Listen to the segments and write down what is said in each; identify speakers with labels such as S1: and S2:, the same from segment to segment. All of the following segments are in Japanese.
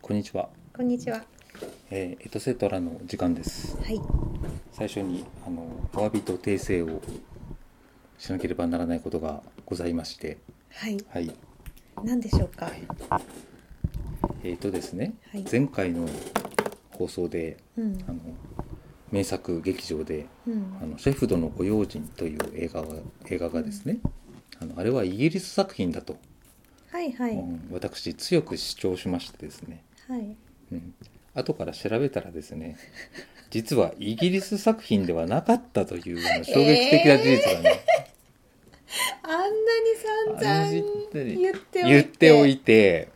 S1: こんにちは、
S2: こんにちは。
S1: えーエトセトラの時間です
S2: はい。
S1: 最初にあのお詫びと訂正をしなければならないことがございまして
S2: はい。
S1: はい
S2: 何でしょうか。
S1: えー、とですね、
S2: はい
S1: 前回の放送で
S2: うん。
S1: あの名作劇場で
S2: う
S1: 「
S2: ん
S1: あ。のシェフドのご用心」という映画が映画がですねあのあれはイギリス作品だと、
S2: はいはい。
S1: うん私強く主張しましてですね
S2: はい。
S1: うん、後から調べたらですね実はイギリス作品ではなかったというあの衝撃的な事実がね、
S2: あんなに散々言っておいて
S1: 言っておいて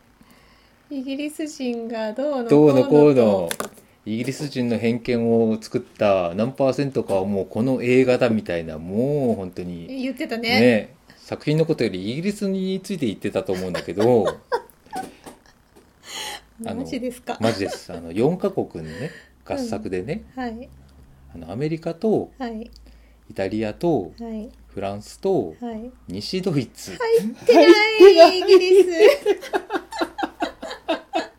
S2: イギリス人がどうの
S1: ど
S2: こう
S1: う
S2: の
S1: の
S2: と
S1: こうのイギリス人の偏見を作った何パーセントかはもうこの映画だみたいなもう本当に
S2: 言ってたね
S1: ね作品のことよりイギリスについて言ってたと思うんだけど あの
S2: マジですか。
S1: マジですあの4カ国のね合作でね、
S2: はい
S1: あのアメリカと
S2: はい
S1: イタリアと
S2: はい
S1: フランスと
S2: はい。
S1: 西ドイツ、
S2: 入ってないイギリ ス。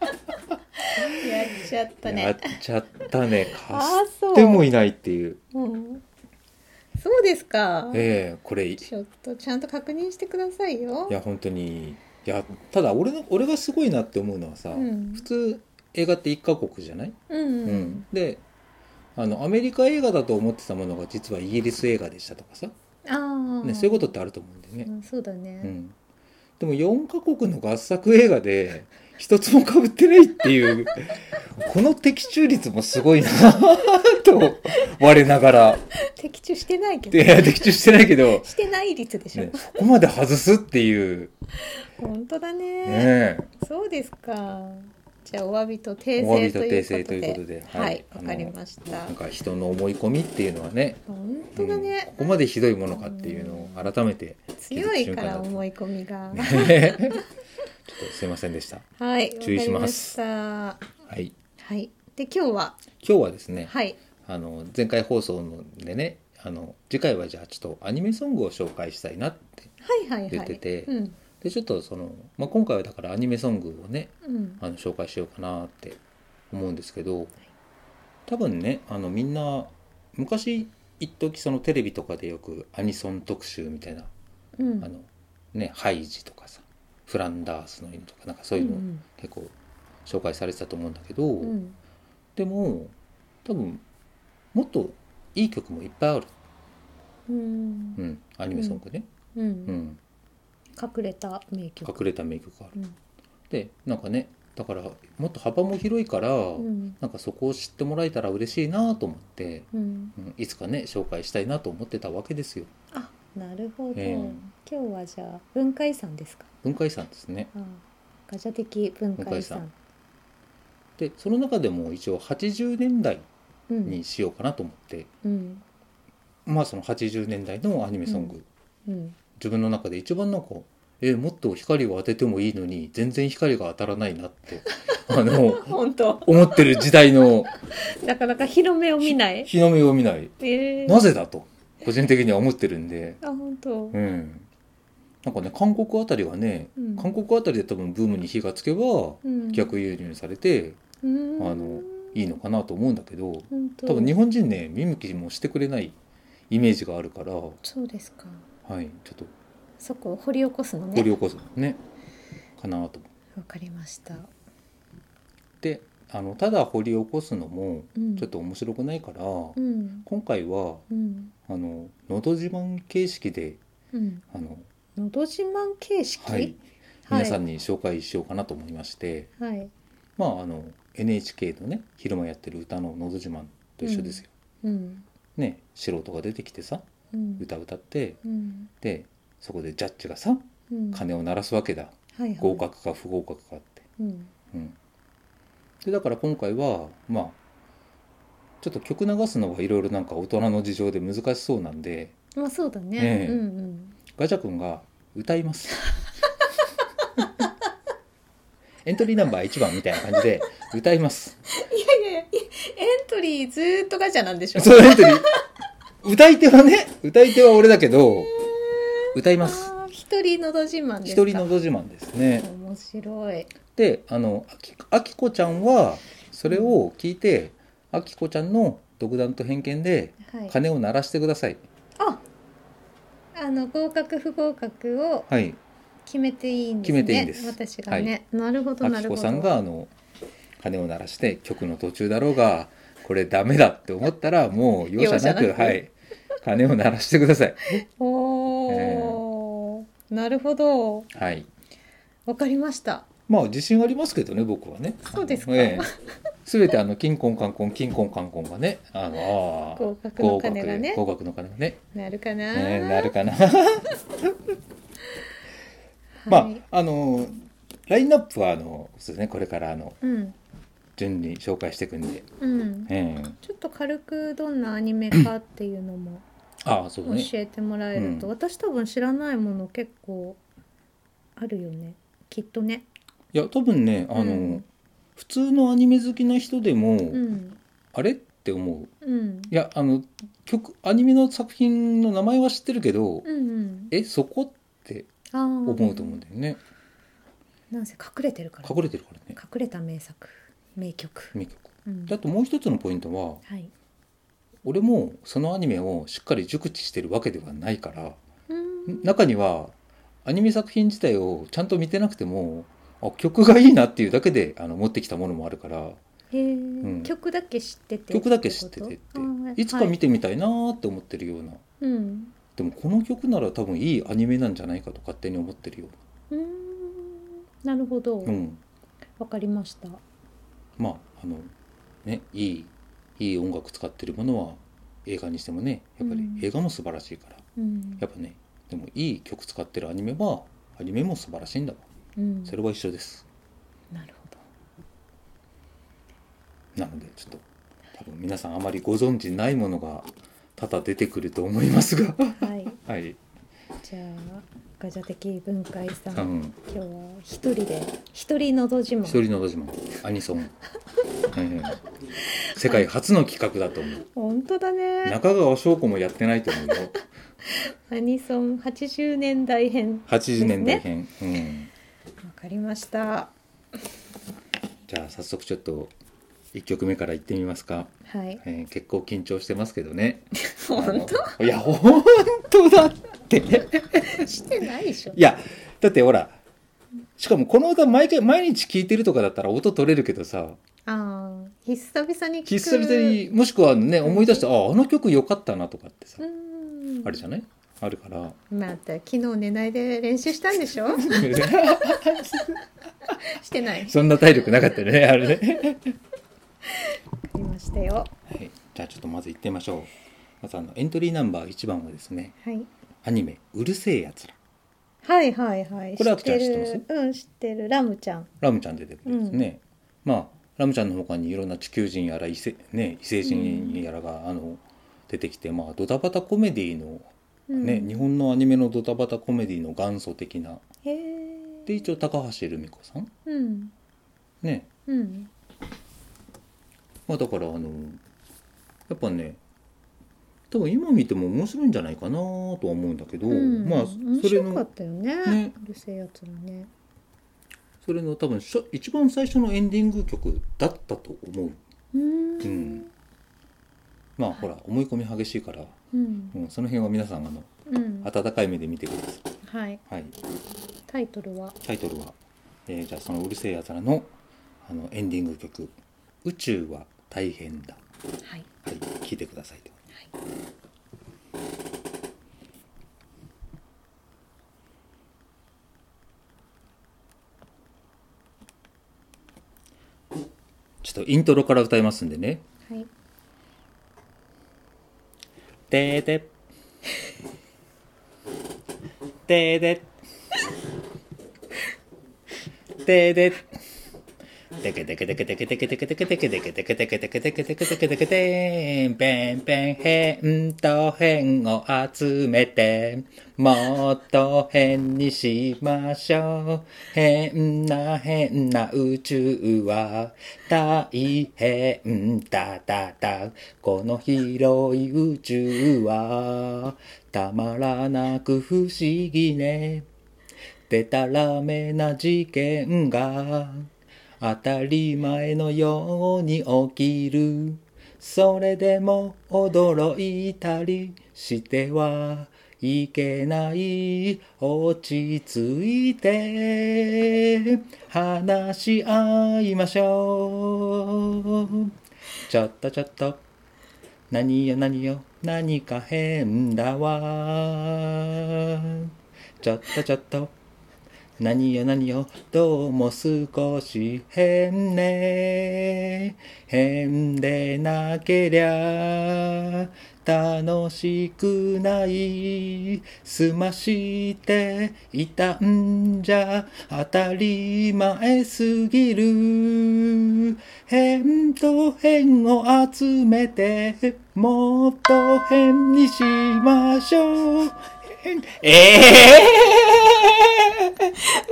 S2: やっちゃった
S1: やっ
S2: ね。
S1: ちゃったねか
S2: あーそう
S1: すってもいないっていう
S2: うん。そうですか。
S1: ええこれい
S2: ちょっとちゃんと確認してくださいよ。
S1: や本当にいやただ俺の俺がすごいなって思うのはさ、
S2: うん
S1: 普通映画って一カ国じゃない、
S2: うん
S1: う
S2: うんん。
S1: であのアメリカ映画だと思ってたものが実はイギリス映画でしたとかさ、
S2: ああ。
S1: ね、そういうことってあると思うんだよ
S2: う
S1: ね、
S2: ん、そうだ
S1: うん
S2: ね。
S1: でも4カ国の合作映画で一つもかぶってないっていう この的中率もすごいなと我ながら。
S2: 的中してないけ
S1: い
S2: ど。
S1: や的中してないけど、
S2: してない率でしょ。
S1: ね、そこまで外すっていう、
S2: 本当だね
S1: ね、
S2: そうですか。じゃあお詫びと訂
S1: お詫び
S2: 正
S1: と
S2: とい
S1: 訂
S2: うこと
S1: 正
S2: で。
S1: ということで、
S2: はい、
S1: あ
S2: わ
S1: の
S2: かりました
S1: なん。か人の思い込みっていうのはね、
S2: 本当だ
S1: うんこ
S2: ね。
S1: こまでひどいものかっていうのを改めて、
S2: 強いから思い込みが。
S1: ねちょっとすいませんでした。
S2: はい、
S1: 注意します
S2: わかりま
S1: は
S2: し
S1: い、
S2: た。はい。で今日は
S1: 今日はですね、
S2: はい
S1: あの前回放送のでね、あの次回はじゃあちょっとアニメソングを紹介したいなって、
S2: はいはいはい。
S1: 出てて
S2: うん
S1: でちょっとその、まあ、今回はだからアニメソングをね、
S2: うん
S1: あの紹介しようかなって思うんですけど多分ねあのみんな昔一時そのテレビとかでよくアニソン特集みたいな、
S2: うん。
S1: あのねハイジとかさフランダースの犬とかなんかそういう
S2: う
S1: の
S2: ん
S1: 結構紹介されてたと思うんだけど、
S2: うん
S1: でも多分もっといい曲もいっぱいある、
S2: うん
S1: うん、アニメソングね、
S2: う
S1: うんん、
S2: 隠れた名曲。
S1: 隠れた名曲がある。
S2: うん
S1: でなんかねだからもっと幅も広いから、
S2: うん
S1: なんかそこを知ってもらえたら嬉しいなと思って、
S2: う
S1: う
S2: ん。
S1: んいつかね紹介したいなと思ってたわけですよ
S2: あ、なるほど。
S1: ええ
S2: 今日はじゃあ文化遺産ですか。
S1: 文化遺産ですね
S2: ああガチャ的文化遺産。
S1: でその中でも一応80年代
S2: うん
S1: にしようかなと思って、
S2: うん
S1: まあその80年代のアニメソング、
S2: うん。
S1: 自分の中で一番なんかえもっと光を当ててもいいのに全然光が当たらないなって あの
S2: 本当。
S1: 思ってる時代の
S2: なかなか広めを見ない。
S1: 日の目を見ない
S2: ええ
S1: なぜだと個人的には思ってるんで
S2: あ、本当。
S1: うんなんかね韓国あたりはね、
S2: うん
S1: 韓国あたりで多分ブームに火がつけば
S2: うん。
S1: 逆輸入されて
S2: うん。
S1: あのいいのかなと思うんだけど
S2: 本当。
S1: 多分日本人ね見向きもしてくれないイメージがあるから、は
S2: そうですか。
S1: い、ちょっと
S2: そこを掘り起こすの
S1: 掘り
S2: ね。
S1: 起こすねかなと思
S2: わかりました。
S1: ってあのただ掘り起こすのも
S2: うん。
S1: ちょっと面白くないから、
S2: うん。
S1: 今回は
S2: うん。
S1: 「あののど自慢」形式で
S2: うん。
S1: あの、
S2: のど自慢形式。
S1: はい、
S2: はい
S1: 皆さんに紹介しようかなと思いまして、
S2: はい。
S1: まああの NHK のね昼間やってる歌の「のど自慢」と一緒ですよ。
S2: うん。
S1: ね素人が出てきてさ
S2: うん。
S1: 歌歌って
S2: うん。
S1: でそこでジャッジがさ
S2: うん。
S1: 鐘を鳴らすわけだ
S2: はいはい。
S1: 合。格か不合格かって、
S2: うん。
S1: うん、でだから今回はまあちょっと曲流すのはいろいろなんか大人の事情で難しそうなんで
S2: まあ、そうだ
S1: え
S2: ね。
S1: え
S2: うん。うん。
S1: ガチャ君が歌います エントリーナンバー1番みたいな感じで歌い ます
S2: いやいやいやエントリーずーっとガチャなんでしょ
S1: そのエントリー歌い手はね歌い手は俺だけど歌います
S2: あー一一人のど自慢です
S1: 一
S2: か
S1: 人のど自慢ですね。
S2: 面白い
S1: であのあきあきこちゃんはそれを聞いて、あきこちゃんの独断と偏見で
S2: はい
S1: 鐘を鳴らしてください。
S2: ああの合格不合格を
S1: はい、
S2: 決めていいんで
S1: 決
S2: すね
S1: めていいんです
S2: 私がね、なるほど
S1: あ
S2: な
S1: き
S2: るほ
S1: こ
S2: ど
S1: さんがあの鐘を鳴らして曲の途中だろうがこれダメだって思ったらもう容赦なく
S2: 容赦なく
S1: はい鐘を鳴らしてください。
S2: おお、なるほど
S1: はい。
S2: わかりました
S1: まあ自信ありますけどね僕はね。
S2: そうですか
S1: ええ全てあの金婚冠婚金婚冠婚がねあのあー
S2: 合格の鐘がね
S1: 合格の鐘がね
S2: なるかな、
S1: ねなるかな。ま
S2: は
S1: あ
S2: い、
S1: あのラインナップはあのそうですねこれからあの
S2: うん
S1: 順に紹介していくんで、
S2: うん
S1: ええ
S2: ちょっと軽くどんなアニメかっていうのも
S1: ああそう
S2: 教
S1: ね
S2: えてもらえると、
S1: うん
S2: 私多分知らないもの結構あるよねきっとね
S1: いや多分ねあの、
S2: うん
S1: 普通のアニメ好きな人でも、
S2: うん
S1: あれって思う
S2: うん
S1: いやあの曲アニメの作品の名前は知ってるけど、
S2: うんうん
S1: えそこって
S2: ああ
S1: 思うと思うんだよね
S2: なんせ隠れてるから
S1: 隠れてるからね
S2: 隠れた名作名曲、
S1: 名曲
S2: うん
S1: であともう一つのポイントは
S2: はい
S1: 俺もそのアニメをしっかり熟知してるわけではないから
S2: うーん
S1: 中にはアニメ作品自体をちゃんと見てなくてもあ曲がいいなっていうだけであの持ってきたものもあるから
S2: へえ、
S1: ん
S2: 曲だけ知ってて
S1: 曲だけ知っててっ
S2: ことあー
S1: ていつか見てみたいなーって思ってるような、
S2: はい、うん
S1: でもこの曲なら多分いいアニメなんじゃないかと勝手に思ってるよ
S2: うーんなるほどわ
S1: う、な、うん、
S2: かりました
S1: まああのねいいいい音楽使ってるものは映画にしてもねやっぱり
S2: うん
S1: 映画も素晴らしいから、
S2: うん
S1: やっぱねでもいい曲使ってるアニメはアニメも素晴らしいんだわ
S2: うん
S1: それは一緒です
S2: なるほど
S1: なのでちょっと多分皆さんあまりご存知ないものが多々出てくると思います が
S2: はい、
S1: はい、
S2: じゃあガジャ的文化遺産、
S1: うん、
S2: 今日は一人で一人のど自
S1: 一
S2: 慢
S1: 人のど自慢アニソ ン、ええ世界初の企画だと思う
S2: 本当だね
S1: 中川翔子もやってないと思うよ
S2: アニソン80年代編
S1: 80年代編、うん、
S2: わかりました
S1: じゃあ早速ちょっと1曲目からいってみますか、
S2: はい
S1: えー結構緊張してますけどね
S2: 本
S1: 当いや本当だって
S2: 当してないでしょ
S1: いやだってほらしかもこの歌毎回毎日聴いてるとかだったら音取れるけどさ
S2: ああ久々に聞く
S1: 久々にもしくはね思い出してああの曲良かったなとかってさ、
S2: うん
S1: あるじゃないあるから
S2: また昨日寝ないで練習したんでしょしてないわか
S1: そんな体力なかった よねあれね、
S2: りましたよ
S1: はい、じゃあちょっとまず行ってみましょうまずあのエントリーナンバー1番はですね
S2: はい
S1: アニメ「うるせえやつら
S2: はいはいはい
S1: これ
S2: 知って
S1: あきちゃん知っ
S2: るうん知ってるラムちゃん」
S1: ラムちゃん出てくるんですね、まあラムちゃんの他にいろんな地球人やら異星,、ね、異星人やらが、あの出てきて、まあ、ドタバタコメディの、
S2: うん
S1: ね日本のアニメのドタバタコメディの元祖的な
S2: へえ
S1: で一応高橋留美子さん
S2: うん
S1: ね
S2: うん
S1: まあだからあのやっぱね多分今見ても面白いんじゃないかなとは思うんだけど、
S2: うん
S1: まあ
S2: 面
S1: それ
S2: 白か
S1: の
S2: ったよね
S1: ね
S2: うるせえやつらね
S1: それの多分しょ一番最初のエンディング曲だったと思う
S2: うー
S1: うんんまあほら思い込み激しいから、
S2: うん
S1: うん、その辺は皆さんあの
S2: うん
S1: 温かい目で見てくださ
S2: はい
S1: い、はい、
S2: タイトルは
S1: タイトルは、えーじゃあその「うるせえやつらの」あのエンディング曲「宇宙は大変だ」
S2: はい
S1: はい聴いてくださいと。ちょっとイントロから歌いますんでね。
S2: はい
S1: でーで。でーで。でーで。でけでけでけでけでけでけでけでけでけでけでけでけでけでけでけでけでんぺんぺんへんとへんを集めてもっとへんにしましょうへんなへんな宇宙は大変だだだこの広い宇宙はたまらなく不思議ねでたらめな事件が当たり前のように起きるそれでも驚いたりしてはいけない落ち着いて話し合いましょうちょっとちょっと何よ何よ何か変だわちょっとちょっと何よ何よどうも少し変ね変でなけりゃ楽しくない済ましていたんじゃ当たり前すぎる変と変を集めてもっと変にしましょう変ええー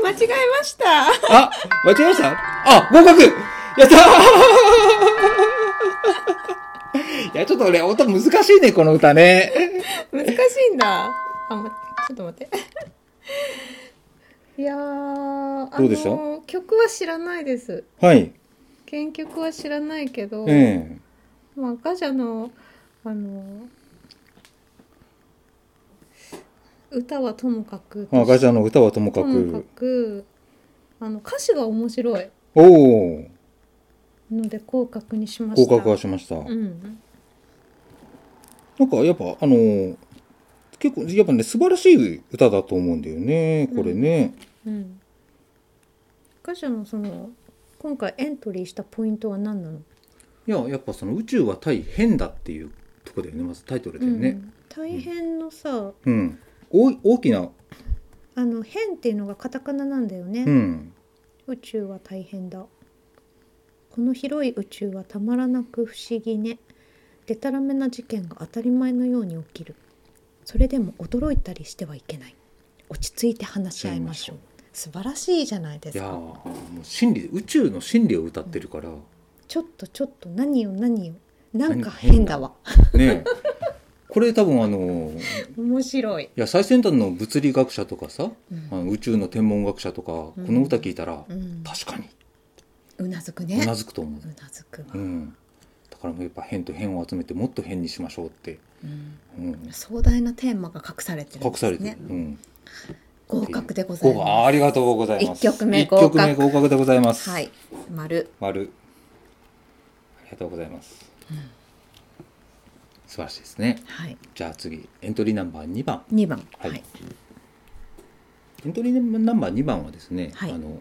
S3: 間違えま した。
S1: あ、間違えましたあ、合格やったーいや、ちょっと俺、音難しいね、この歌ね。
S3: 難しいんだ。あ、ま、ちょっと待って。
S2: いやー
S1: どうでした
S2: あのー曲は知らないです
S1: はい。
S2: 原曲は知らないけど、
S1: え
S2: まあ、ガジャの、あの歌はともかく
S1: え。あ、ガチャの歌はともか
S2: ともか
S1: く。
S2: くあの歌詞が面白い
S1: おお
S2: ので口角にしまし
S1: 合
S2: た
S1: 格はしました。
S2: うん
S1: なんか、やっぱ、あのー結構、やっぱね、素晴らしい歌だと思うんだよね、これね。
S2: うんガジャのその今回エントリーしたポイントは何なの、
S1: いや、やっぱその、宇宙は大変だっていうとこだよね、まずタイトルだ
S2: う
S1: よ
S2: ん
S1: ね。
S2: 大変のさ
S1: うん。おい大きな、
S2: あの変っていうのがカタカナなんだよね、
S1: うん。
S2: 宇宙は大変だこの広い宇宙はたまらなく不思議ねでたらめな事件が当たり前のように起きるそれでも驚いたりしてはいけない落ち着いて話し合いましょう素晴らしいじゃないで
S1: い
S2: す
S1: やー
S2: か
S1: もう真理宇宙の真理を歌ってるから、
S2: ちょっとちょっと何よ何よなんか
S1: 何変だ
S2: 変だわ
S1: ねえこれ多分あのーい
S2: 面白い
S1: や最先端の物理学者とかさ、
S2: うん
S1: あの宇宙の天文学者とかこ
S2: うん
S1: の歌聞いたら、
S2: うん
S1: 確かに
S2: うなずく
S1: う
S2: ね
S1: なずくと思
S2: うなずくわ
S1: う、うん、だからもうやっぱ変と変を集めてもっと変にしましょうって、
S2: うん
S1: うん、
S2: 壮大なテーマが隠されてるん
S1: 隠
S2: で
S1: さ
S2: す
S1: れてる、
S2: ね
S1: うん、
S2: 合格でござ
S1: 合
S2: い
S1: 格
S2: ま
S1: ありがとうございます
S2: 一曲目
S1: 一曲目
S2: 合格
S1: 合格でございます
S2: すはい丸
S1: 丸ありがとうございます、素晴らしいですね
S2: はい
S1: じゃあ次エントリーナンバー2番
S2: 2番
S1: はい
S2: はい
S1: エントリーナンバー2番はですね、
S2: はい
S1: あの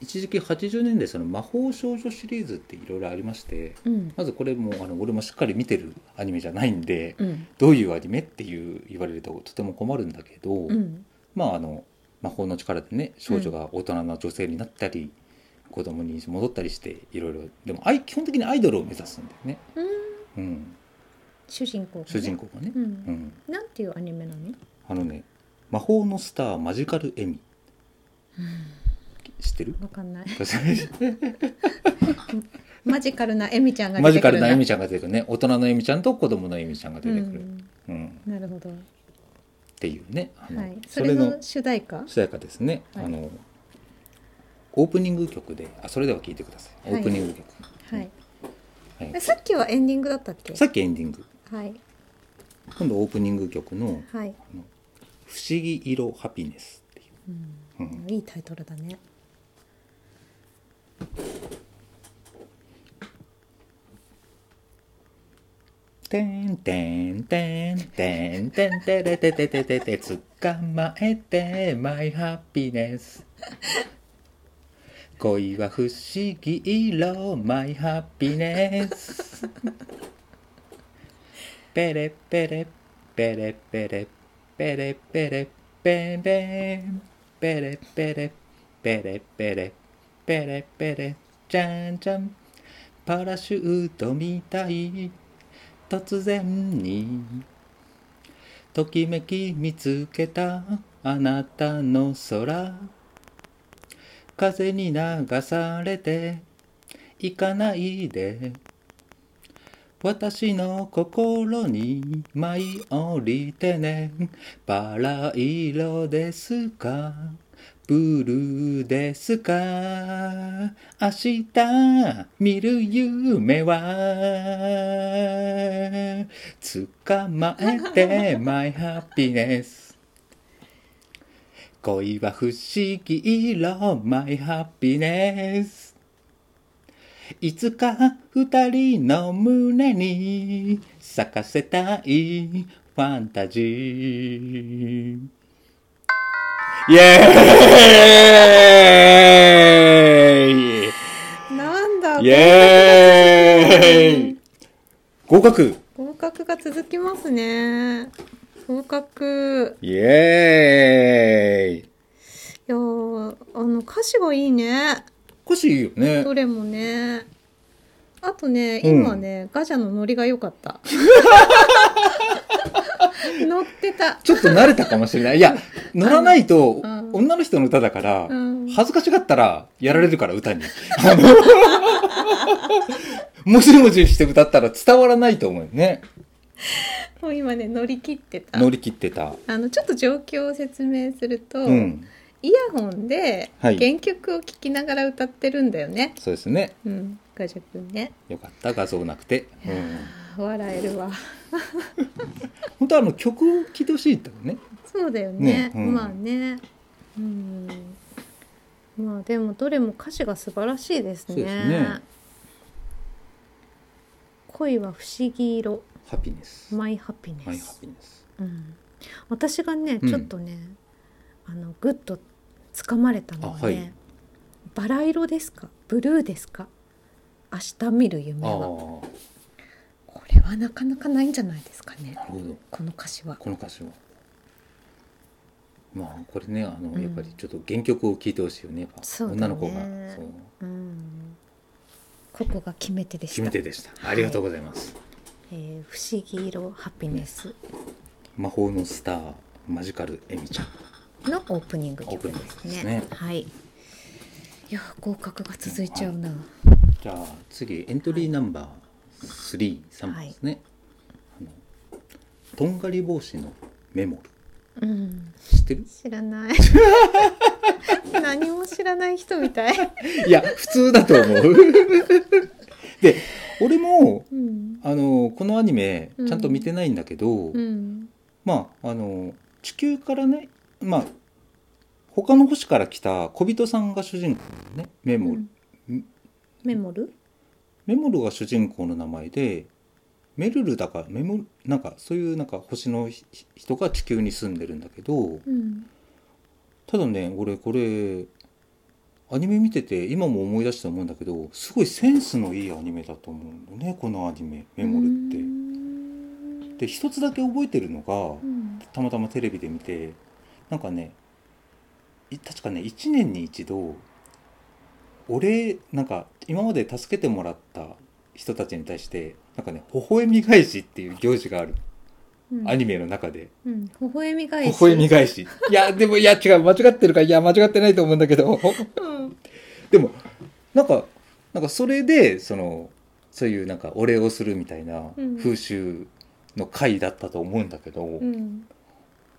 S1: 一時期80年代その魔法少女シリーズっていろいろありまして
S2: うん
S1: まずこれもあの俺もしっかり見てるアニメじゃないんで、
S2: うん
S1: どういうアニメっていう言われるととても困るんだけど、
S2: うん
S1: まああの魔法の力でね少女が大人の女性になったり、子供に戻ったりしていろいろでもアイ基本的にアイドルを目指すんだよね、
S2: うん
S1: うん、
S2: 主人公がね
S1: 主人公がね、
S2: う
S1: うんん、
S2: なんていうアニメなの
S1: あのね「魔法のスターマジカルエミ」知ってる
S2: わかんない
S1: マ
S2: マジカルなエミちゃんが
S1: ジカルなエミ
S2: ち
S1: ちゃんが出てくるね大人のエミちゃんと子供のエミちゃんが出てくる、うん
S2: なるほど
S1: っていうねあの、
S2: はい
S1: そ
S2: そ
S1: れ
S2: れ
S1: の
S2: の主題歌
S1: 主題歌ですね、
S2: はい
S1: あのオープニング曲であそれでは聴いてくださいオ
S2: はい
S1: ープニング曲、
S2: はい
S1: はい
S2: えさっきはエンディングだったっけ
S1: さっきエンディング
S2: はい
S1: 今度オープニング曲の
S2: はい
S1: 「不思議色ハピネス」っていううん
S2: いいタイトルだね
S1: てんてんてんてんてんてれててててて捕まえてマイハピネス恋は不思議色マイハピネスペレペレペレペレペレペレペレペレペレペレペレペレペレじゃんじゃんパラシュートみたい突然にときめき見つけたあなたの空風に流されて行かないで私の心に舞い降りてねバラ色ですかブルーですか明日見る夢は捕まえて my happiness 恋は不思議色 my happiness いつか二人の胸に咲かせたいファンタジー。イエーイ
S2: なんだ
S1: イエーイ合格
S2: 合格が続きますね合格
S1: イエーイ
S2: いやーあの歌詞がいいね
S1: おかしいよね
S2: ど。れもねあとね
S1: うん
S2: 今ね、ガジャのノリが良かった 乗ってた
S1: ちょっと慣れたかもしれない。いや、乗らないと
S2: あのう、ん
S1: 女の人の歌だから
S2: うん、
S1: 恥ずかしがったら、やられるから、歌に。あの もじもじして歌ったら伝わらないと思うよね。
S2: もう今ね乗り切ってた
S1: 乗り切ってた。
S2: あのちょっと状況を説明すると、
S1: うん。
S2: イヤホンで
S1: はい
S2: 原曲を聴きながら歌ってるんだよね、
S1: そうですね。
S2: うんガジャ君ね
S1: よかった、画像なくて。うん。
S2: 笑えるわ
S1: 本当はあの曲を聴いてほしいんだよね。
S2: そうだよね
S1: ねうん
S2: まあねうんまあでもどれも歌詞が素晴らしいですね
S1: そうですね
S4: 恋は不思議色
S1: ハピネス。
S4: マイハピネス、
S1: マイハピネス。
S4: うん、私がね
S1: うん
S4: ちょっとね、あのグッとつかまれたのはね、
S1: あはい
S4: バラ色ですかブルーですか明日見る夢
S1: ああ、なる
S4: は
S1: ほ
S4: これはなかなかないんじゃないですかね
S1: ど。
S4: この歌詞は
S1: この歌詞は。まあ、これね、あの、
S4: うん
S1: やっぱりちょっと原曲を聴いてほしいよね。やっぱ
S4: そうだね
S1: 女の子が。そう。
S4: うんここが決め手でし
S1: 決
S4: た
S1: め手でした。ありがとうございます。
S4: えー不思議色ハピネス
S1: 魔法のスター、マジカルエミちゃん。
S4: のオープニング曲で
S1: オープ
S4: す
S1: ニングで
S4: ね
S1: すね
S4: はいいや合格が続いちゃうな、
S1: じゃあ、次、エントリーナンバー3、3番ですね。あのとんがり帽子のメモ
S4: う
S1: ル。
S4: ん
S1: 知ってる
S2: 知ら ない何も知らない人みたい、
S1: いや、普通だと思う。 で、俺も、
S2: うん
S1: あの、このアニメ、ちゃんと見てないんだけど、
S2: うん、
S1: まあ、あの、地球からね、まあ、他の星から来た小人さんが主人公のね、メモル。
S2: うん
S4: メモル
S1: メモルが主人公の名前で、メルルだか、メモル、なんか、そういうなんか星のひひ人が地球に住んでるんだけど、
S2: うん、
S1: ただね、俺これ、アニメ見てて今も思い出して思うんだけどすごいセンスのいいアニメだと思うんだよねこのアニメ「メモル」っ
S2: うん
S1: て。で一つだけ覚えてるのが
S2: うん
S1: たまたまテレビで見てなんかねい確かね1年に一度俺なんか今まで助けてもらった人たちに対してなんかね微笑み返しっていう行事がある、
S4: うん
S1: アニメの中で
S4: うん微笑み返
S1: 微
S4: し
S1: 笑み返しいやでもいや違う間違ってるかいや間違ってないと思うんだけど
S2: うん
S1: でもなんかなんかそれでそのそういうなんかお礼をするみたいな
S2: うん
S1: 風習の会だったと思うんだけど、
S2: うん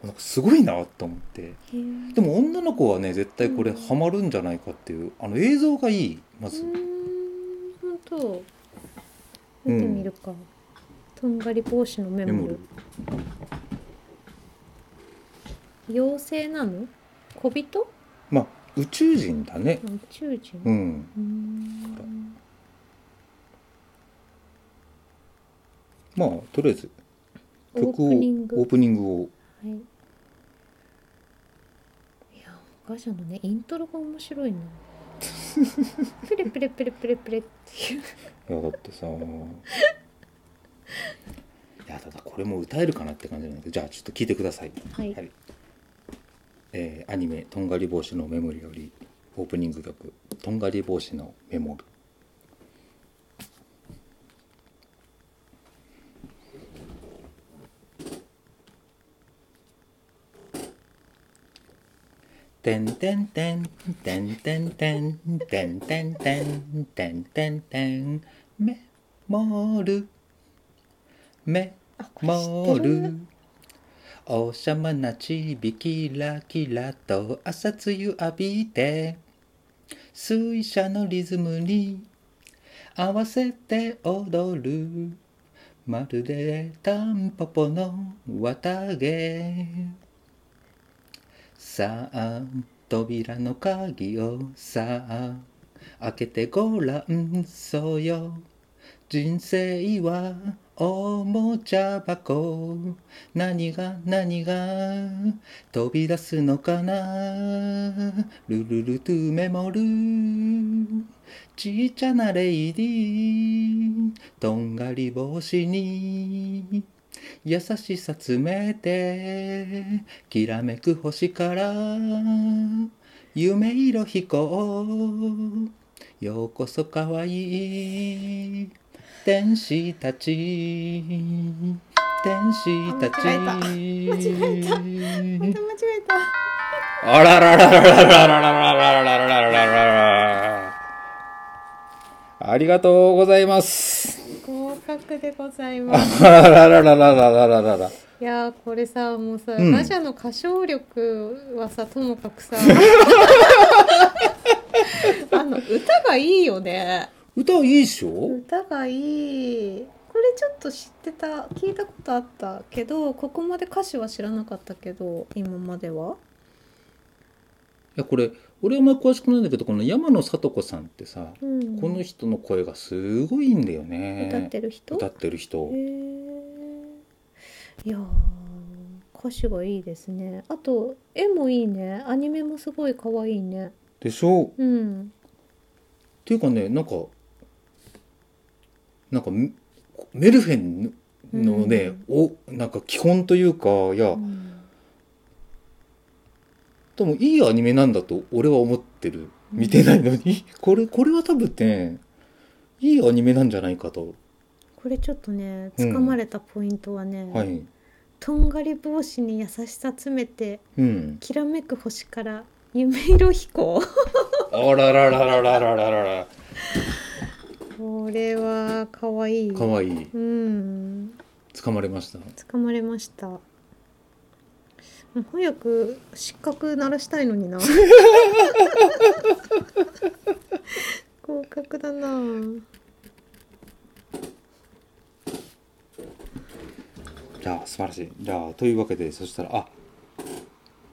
S1: なんかすごいなと思って
S2: へー
S1: でも女の子はね絶対これ
S2: うん
S1: ハマるんじゃないかっていうあの映像がいいまず、
S2: うん本当
S1: うん
S4: 見てみるか、とんがり帽子のメ
S1: メ
S4: モ
S1: モ
S4: ル
S1: ル
S4: 妖精なの小人
S1: まあ宇宙人だね
S4: 宇宙人、
S1: うん
S4: うん
S1: まあとりあえず曲を
S4: オープニング
S1: オープニングを
S4: はい。いや、ガジャのね、イントロが面 白いな。プレプレプレプレプレっていう。
S1: いやだってさ いやただこれも歌えるかなって感じなんだけどじゃあちょっと聞いてください
S4: はい
S1: はいえーアニメ「とんがり帽子のメモリ」よりオープニング曲「とんがり帽子のメモリ」てんてんてんてんてんてんてんてんてんてんてんてんメモルめ
S4: あこれ知っ
S1: 守
S4: てる
S1: るおしゃまなちびキラキラと朝露浴びて水車のリズムに合わせて踊るまるでタンポポの綿毛さあ扉の鍵をさあ開けてごらんそうよ人生はおもちゃ箱何が何が飛び出すのかなルルルトゥメモルちっちゃなレイディーとんがり帽子に優しさ詰めてきらめく星から夢色飛行ようこそかわいい天使たち天使たち
S4: あ間また間違えた
S1: あらららららららららららららありがとうございます
S2: 合格でござい
S1: あ
S2: ます。
S1: ららららららららら
S2: いやーこれさもうさ、
S1: うん
S2: ガジャの歌唱力はさともか くさあの歌がいいよね
S1: 歌いいっしょ
S2: 歌がいいこれちょっと知ってた聞いたことあったけどここまで歌詞は知らなかったけど今まではい
S1: やこれ俺はあんまり詳しくないんだけどこの山野里子さんってさ
S2: うん
S1: この人の声がすごいんだよね
S2: 歌ってる人
S1: 歌ってる人
S2: へーいやー歌詞がいいですねあと絵もいいねアニメもすごい可愛いね
S1: でしょ
S2: うん
S1: っていうかねなんかなんかメメルヘンのね、おなんか基本というかいや、
S2: うん
S1: 多分いいアニメなんだと俺は思ってる見てないのに、 これこれは多分ねいいアニメなんじゃないかと、
S2: これちょっとね
S1: うん
S2: 掴まれたポイントはね、
S1: はい
S2: とんがり帽子に優しさ詰めて
S1: うん
S2: きらめく星から夢色飛行
S1: あららららららららら
S2: これは可愛い
S1: かわいい
S2: うん
S1: 掴まれました
S2: 掴まれましたもう早く失格鳴らしたいのに な合格だな
S1: じゃあ素晴らしいじゃあというわけでそしたらあ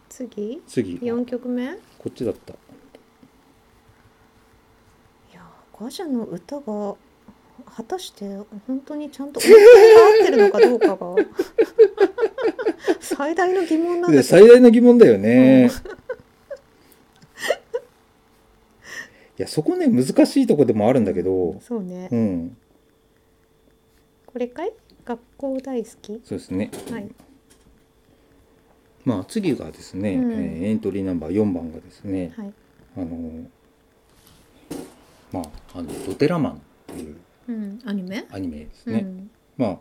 S2: 次
S1: 次
S2: 4曲目いや
S1: こっちだった
S2: ーガジャの歌が果たして本当にちゃんと音程が合ってるのかどう かが最大の疑問なん
S1: で
S2: だけど
S1: 最大の疑問だよね、 いやそこね難しいとこでもあるんだけど
S2: そうね
S1: うん
S2: これかい学校大好き
S1: そうですね
S2: はい
S1: まあ次がですね、
S2: うん
S1: えーエントリーナンバー4番がですね、
S2: はい
S1: あのーまああの「ドテラマン」っていう
S2: うんアニメ
S1: アニメです
S2: う
S1: ね、
S2: ん
S1: まあ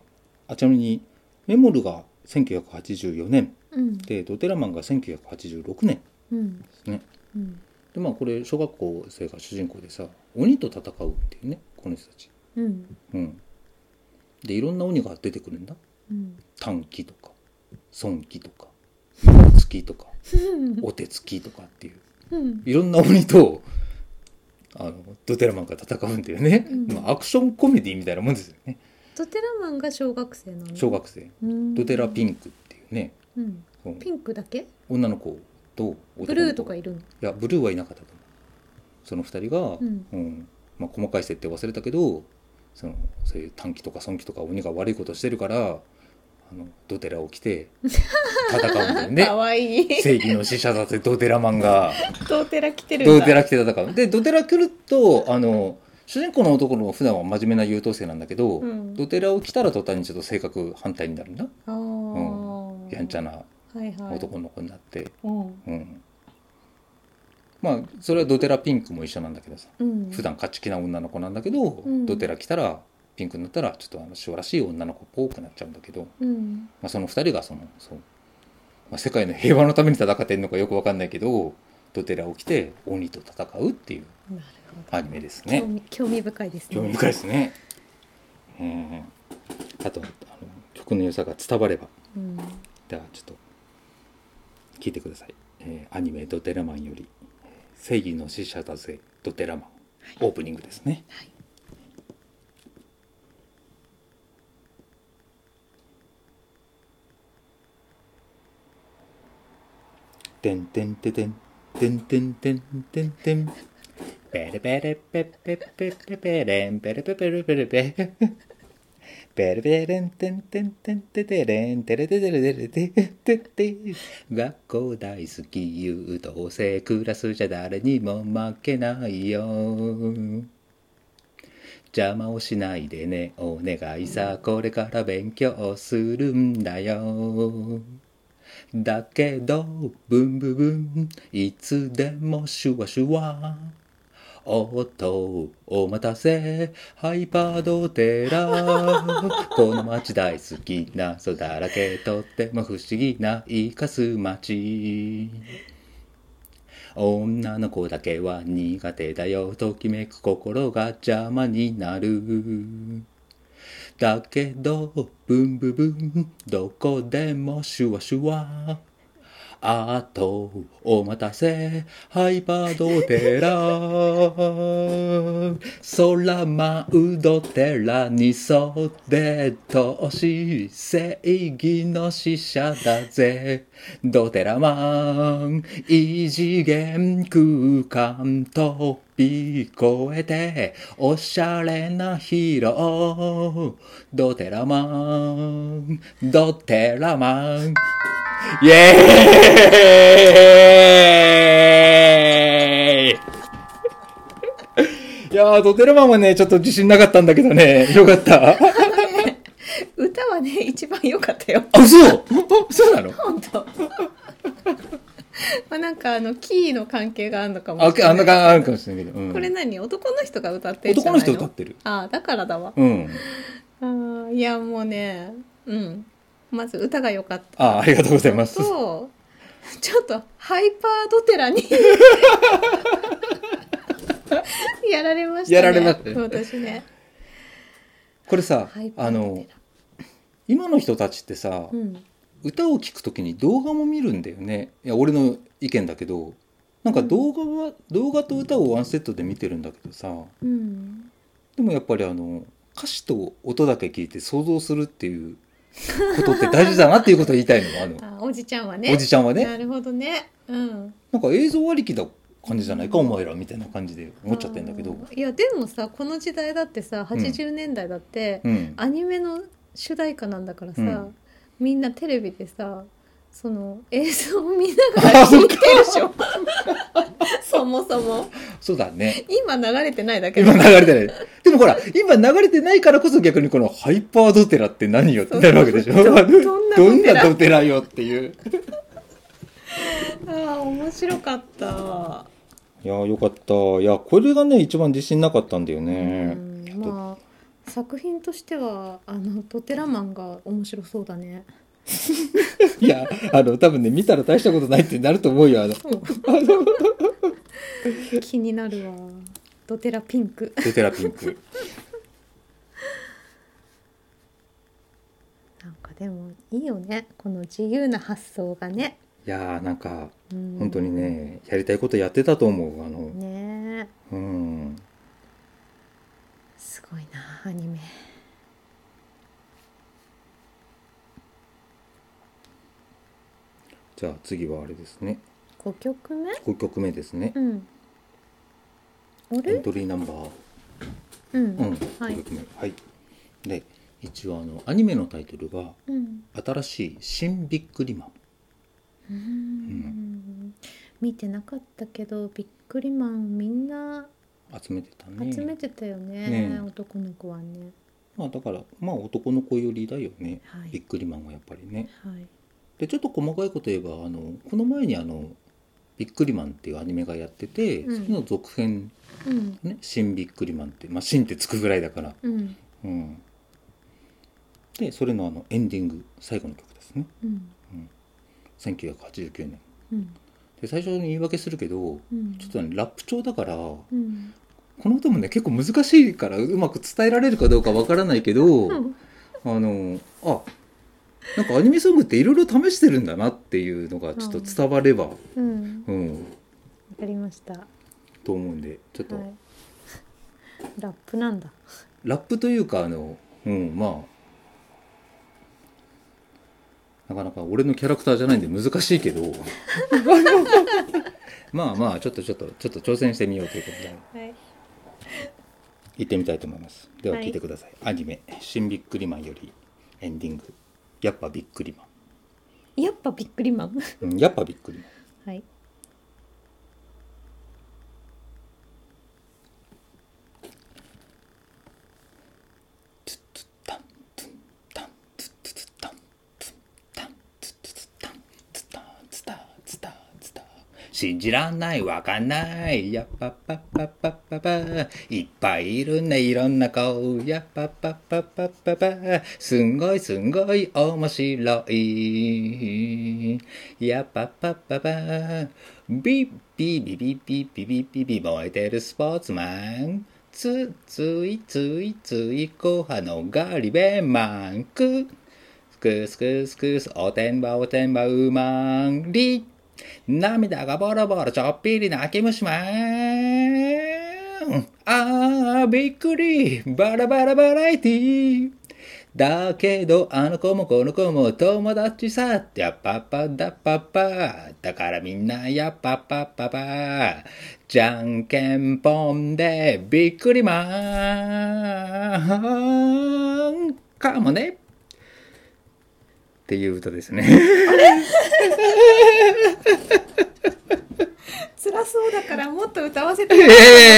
S1: あちなみにメモルが1984年
S2: うん
S1: でドテラマンが1986年
S2: うん
S1: ですね
S2: うん
S1: でまあこれ小学校生が主人公でさ鬼と戦うっていうねこの人たち
S2: うん
S1: うん、でいろんな鬼が出てくるんだ
S2: うん
S1: 短気とか損気とか棒つきとかお手つきとかっていう
S2: うん
S1: いろんな鬼とあのドテラマンが戦うんだよね、
S2: うん
S1: まあアクションコメディみたいなもんですよね
S2: ドテラマンが小学生なの
S1: 小学生
S2: うん
S1: ドテラピンクっていうね、
S2: うん
S1: その
S2: ピンクだけ
S1: 女の子と男の子
S2: ブルーとかい
S1: い
S2: るの
S1: やブルーはいなかったと思うその二人が、
S2: うん
S1: うんまあ、細かい設定忘れたけどそのそういう短期とか損期とか鬼が悪いことしてるからあのドテラを着 て戦うんだよね
S2: わいい
S1: 正義の使者だぜドテラマンが
S2: ドテラ来てるん
S1: ド
S2: だ
S1: テラ着て戦うでドテラ来るとあの主人公の男の子は普段は真面目な優等生なんだけど、
S2: うん
S1: ドテラを着たら途端にちょっと性格反対になるんだ
S2: あー
S1: やんちゃな
S2: はいはい
S1: 男の子になって、
S2: うん
S1: うんまあそれはドテラピンクも一緒なんだけどさ
S2: うん
S1: 普段勝ち気な女の子なんだけど、
S2: ん
S1: ドテラ来たらピンクになったらちょっとあの塩らしい女の子っぽくなっちゃうんだけど、ま
S2: うん
S1: あ、その2人がそのそう、まあ、世界の平和のために戦ってんのかよくわかんないけどドテラを着て鬼と戦うっていう
S2: なるほど
S1: アニメです
S2: 興
S1: ね
S2: 味興味深いですね
S1: 興味深いですねうんあとあの曲の良さが伝われば
S2: うん
S1: ではちょっと聞いてください、えーアニメ「ドテラマン」より「正義の使者だぜドテラマン」オープニングですね、てんてんててんてんてんてんてんてんペレペレペペペペペレンペレペペレペレペペレペレンテンテンテンテテレンテレテテレテレテテテ学校大好き優等生クラスじゃ誰にも負けないよ邪魔をしないでねお願いさこれから勉強するんだよだけどブンブブンいつでもシュワシュワおっと、お待たせ、ハイパードテラー。この街大好きな、謎だらけ、とっても不思議な、イカス街。女の子だけは苦手だよ、ときめく心が邪魔になる。だけど、ブンブブン、どこでもシュワシュワ。あと、お待たせ、ハイパードテラ。空舞うドテラに沿って通し、正義の使者だぜ。ドテラマン、異次元空間飛び越えて、おしゃれなヒーロー。ドテラマン、ドテラマン。イエーイいやー、ドテラマンはね、ちょっと自信なかったんだけどね、よかった。
S2: 歌はね 一番良かったよ
S1: あ、そう そうなの
S2: 本当 まあなんかあのキーの関係があるのかも
S1: あ、
S2: しれ
S1: あんな
S2: な
S1: い感じあるかもしれないけど。うん、
S2: これ何男の人が歌ってるんじ
S1: 男
S2: ゃ
S1: の
S2: ないの
S1: 人歌ってる。
S2: ああだからだわ
S1: うん。
S2: あーいやもうねうんまず歌が良かった
S1: あ、ありがとうございます。
S2: と ちょっとハイパード テラにやられましたね
S1: やられましたね
S2: 私ね
S1: これさ
S2: ハイ、パ
S1: あ
S2: ード
S1: の
S2: テ、ラ
S1: 今の人たちってさ、
S2: うん
S1: 歌を聴くときに動画も見るんだよね。いや、俺の意見だけど、なんか動画は、動画と歌をワンセットで見てるんだけどさ、
S2: うん
S1: でもやっぱりあの歌詞と音だけ聞いて想像するっていうことって大事だなっていうことを言いたいのあの
S2: あおじちゃん はね
S1: おじちゃんはね
S2: なるほどねうん
S1: なんか映像ありきだ感じじゃないかお前らみたいな感じで思っちゃってんだけど
S2: あーいやでもさこの時代だってさ80年代だって、
S1: うん
S2: アニメの主題歌なんだから
S1: う
S2: さ、
S1: ん
S2: みんなテレビでさその映像を見ながら聴いてるでしょ そもそも
S1: そうだね
S2: 今流れてないだけ
S1: 今
S2: だ
S1: 流れてないでもほら今流れてないからこそ逆にこのハイパードテラって何よってなるわけでしょ
S2: ど
S1: あの
S2: どんなドテ
S1: どんな
S2: ラ
S1: ドテラよって いう
S2: あー面白かった、
S1: いやーよかったいやこれがね一番自信なかったんだよね
S2: うんまあ作品としてはあのドテラマンが面白そうだね
S1: いやあの多分ね見たら大したことないってなると思うよあの
S2: 気になるわドテラピンク
S1: ドテラピンク
S2: なんかでもいいよねこの自由な発想がね、
S1: いやーなんか
S2: うん
S1: 本当にねやりたいことやってたと思うあの
S2: ねえ
S1: うん
S2: すごいなアニメ
S1: じゃあ次はあれですね
S2: 5曲目
S1: 5曲目ですね
S2: うんあ
S1: エン
S2: れ
S1: トリーナンバー
S2: うん、
S1: うん
S2: はい
S1: 5曲目はいで一応あのアニメのタイトルが
S2: うん
S1: 「新しい新ビックリマン
S2: うーん見てなかったけどビックリマンみんな」
S1: 集めてたね
S2: 集めてたよね
S1: ねえ
S2: 男の子はね
S1: まあだからまあ男の子寄りだよね
S2: は
S1: ビ
S2: い
S1: ックリマンはやっぱりね
S2: はい
S1: でちょっと細かいこと言えばあのこの前にあの「ビックリマン」っていうアニメがやってて、
S2: うん
S1: その続編
S2: うん
S1: ね「新ビックリマン」ってまあ「新」ってつくぐらいだから
S2: うん
S1: うん、でそれのあのエンディング最後の曲ですね
S2: うん
S1: 1989年
S2: うん
S1: で最初に言い訳するけど
S2: うん
S1: ちょっとねラップ調だからこ
S2: うん
S1: の歌もね結構難しいからうまく伝えられるかどうかわからないけど、
S2: うん
S1: あのあなんかアニメソングっていろいろ試してるんだなっていうのがちょっと伝われば、
S2: うんわ
S1: うん、
S2: かりました
S1: と思うんでちょっと、
S2: はい ラップなんだ
S1: ラップというかあの、うん、まあなかなか俺のキャラクターじゃないんで難しいけどまあまあちょっとちょっとちょっと挑戦してみようということで
S2: はい
S1: 行ってみたいと思いますでは
S2: はい
S1: 聞いてください、アニメ「新びっくりマン」よりエンディング「やっぱびっくりマン
S2: やっぱびっくりマン」
S1: うん、やっぱびっくりマン
S2: はい
S1: 信じらんないわかんないやっぱっぱっぱっぱっぱっぱいっぱいいるねいろんな子やっぱっぱっぱっぱっぱっぱすんごいすんごい面白いやっぱっぱっぱっぱビッビビビビビビビビ燃えてるスポーツマンつついついつい後半のガリベマンクすくすくすくすおてんばおてんばうまんり涙がボロボロちょっぴり泣き虫まんあーびっくりバラバラバラエティーだけどあの子もこの子も友達さやっぱっぱだっぱっぱだからみんなやっぱっぱっぱぱじゃんけんぽんでびっくりまーんかもねっていう歌ですね
S2: 辛そうだからもっと歌わせ
S1: い
S2: て
S1: や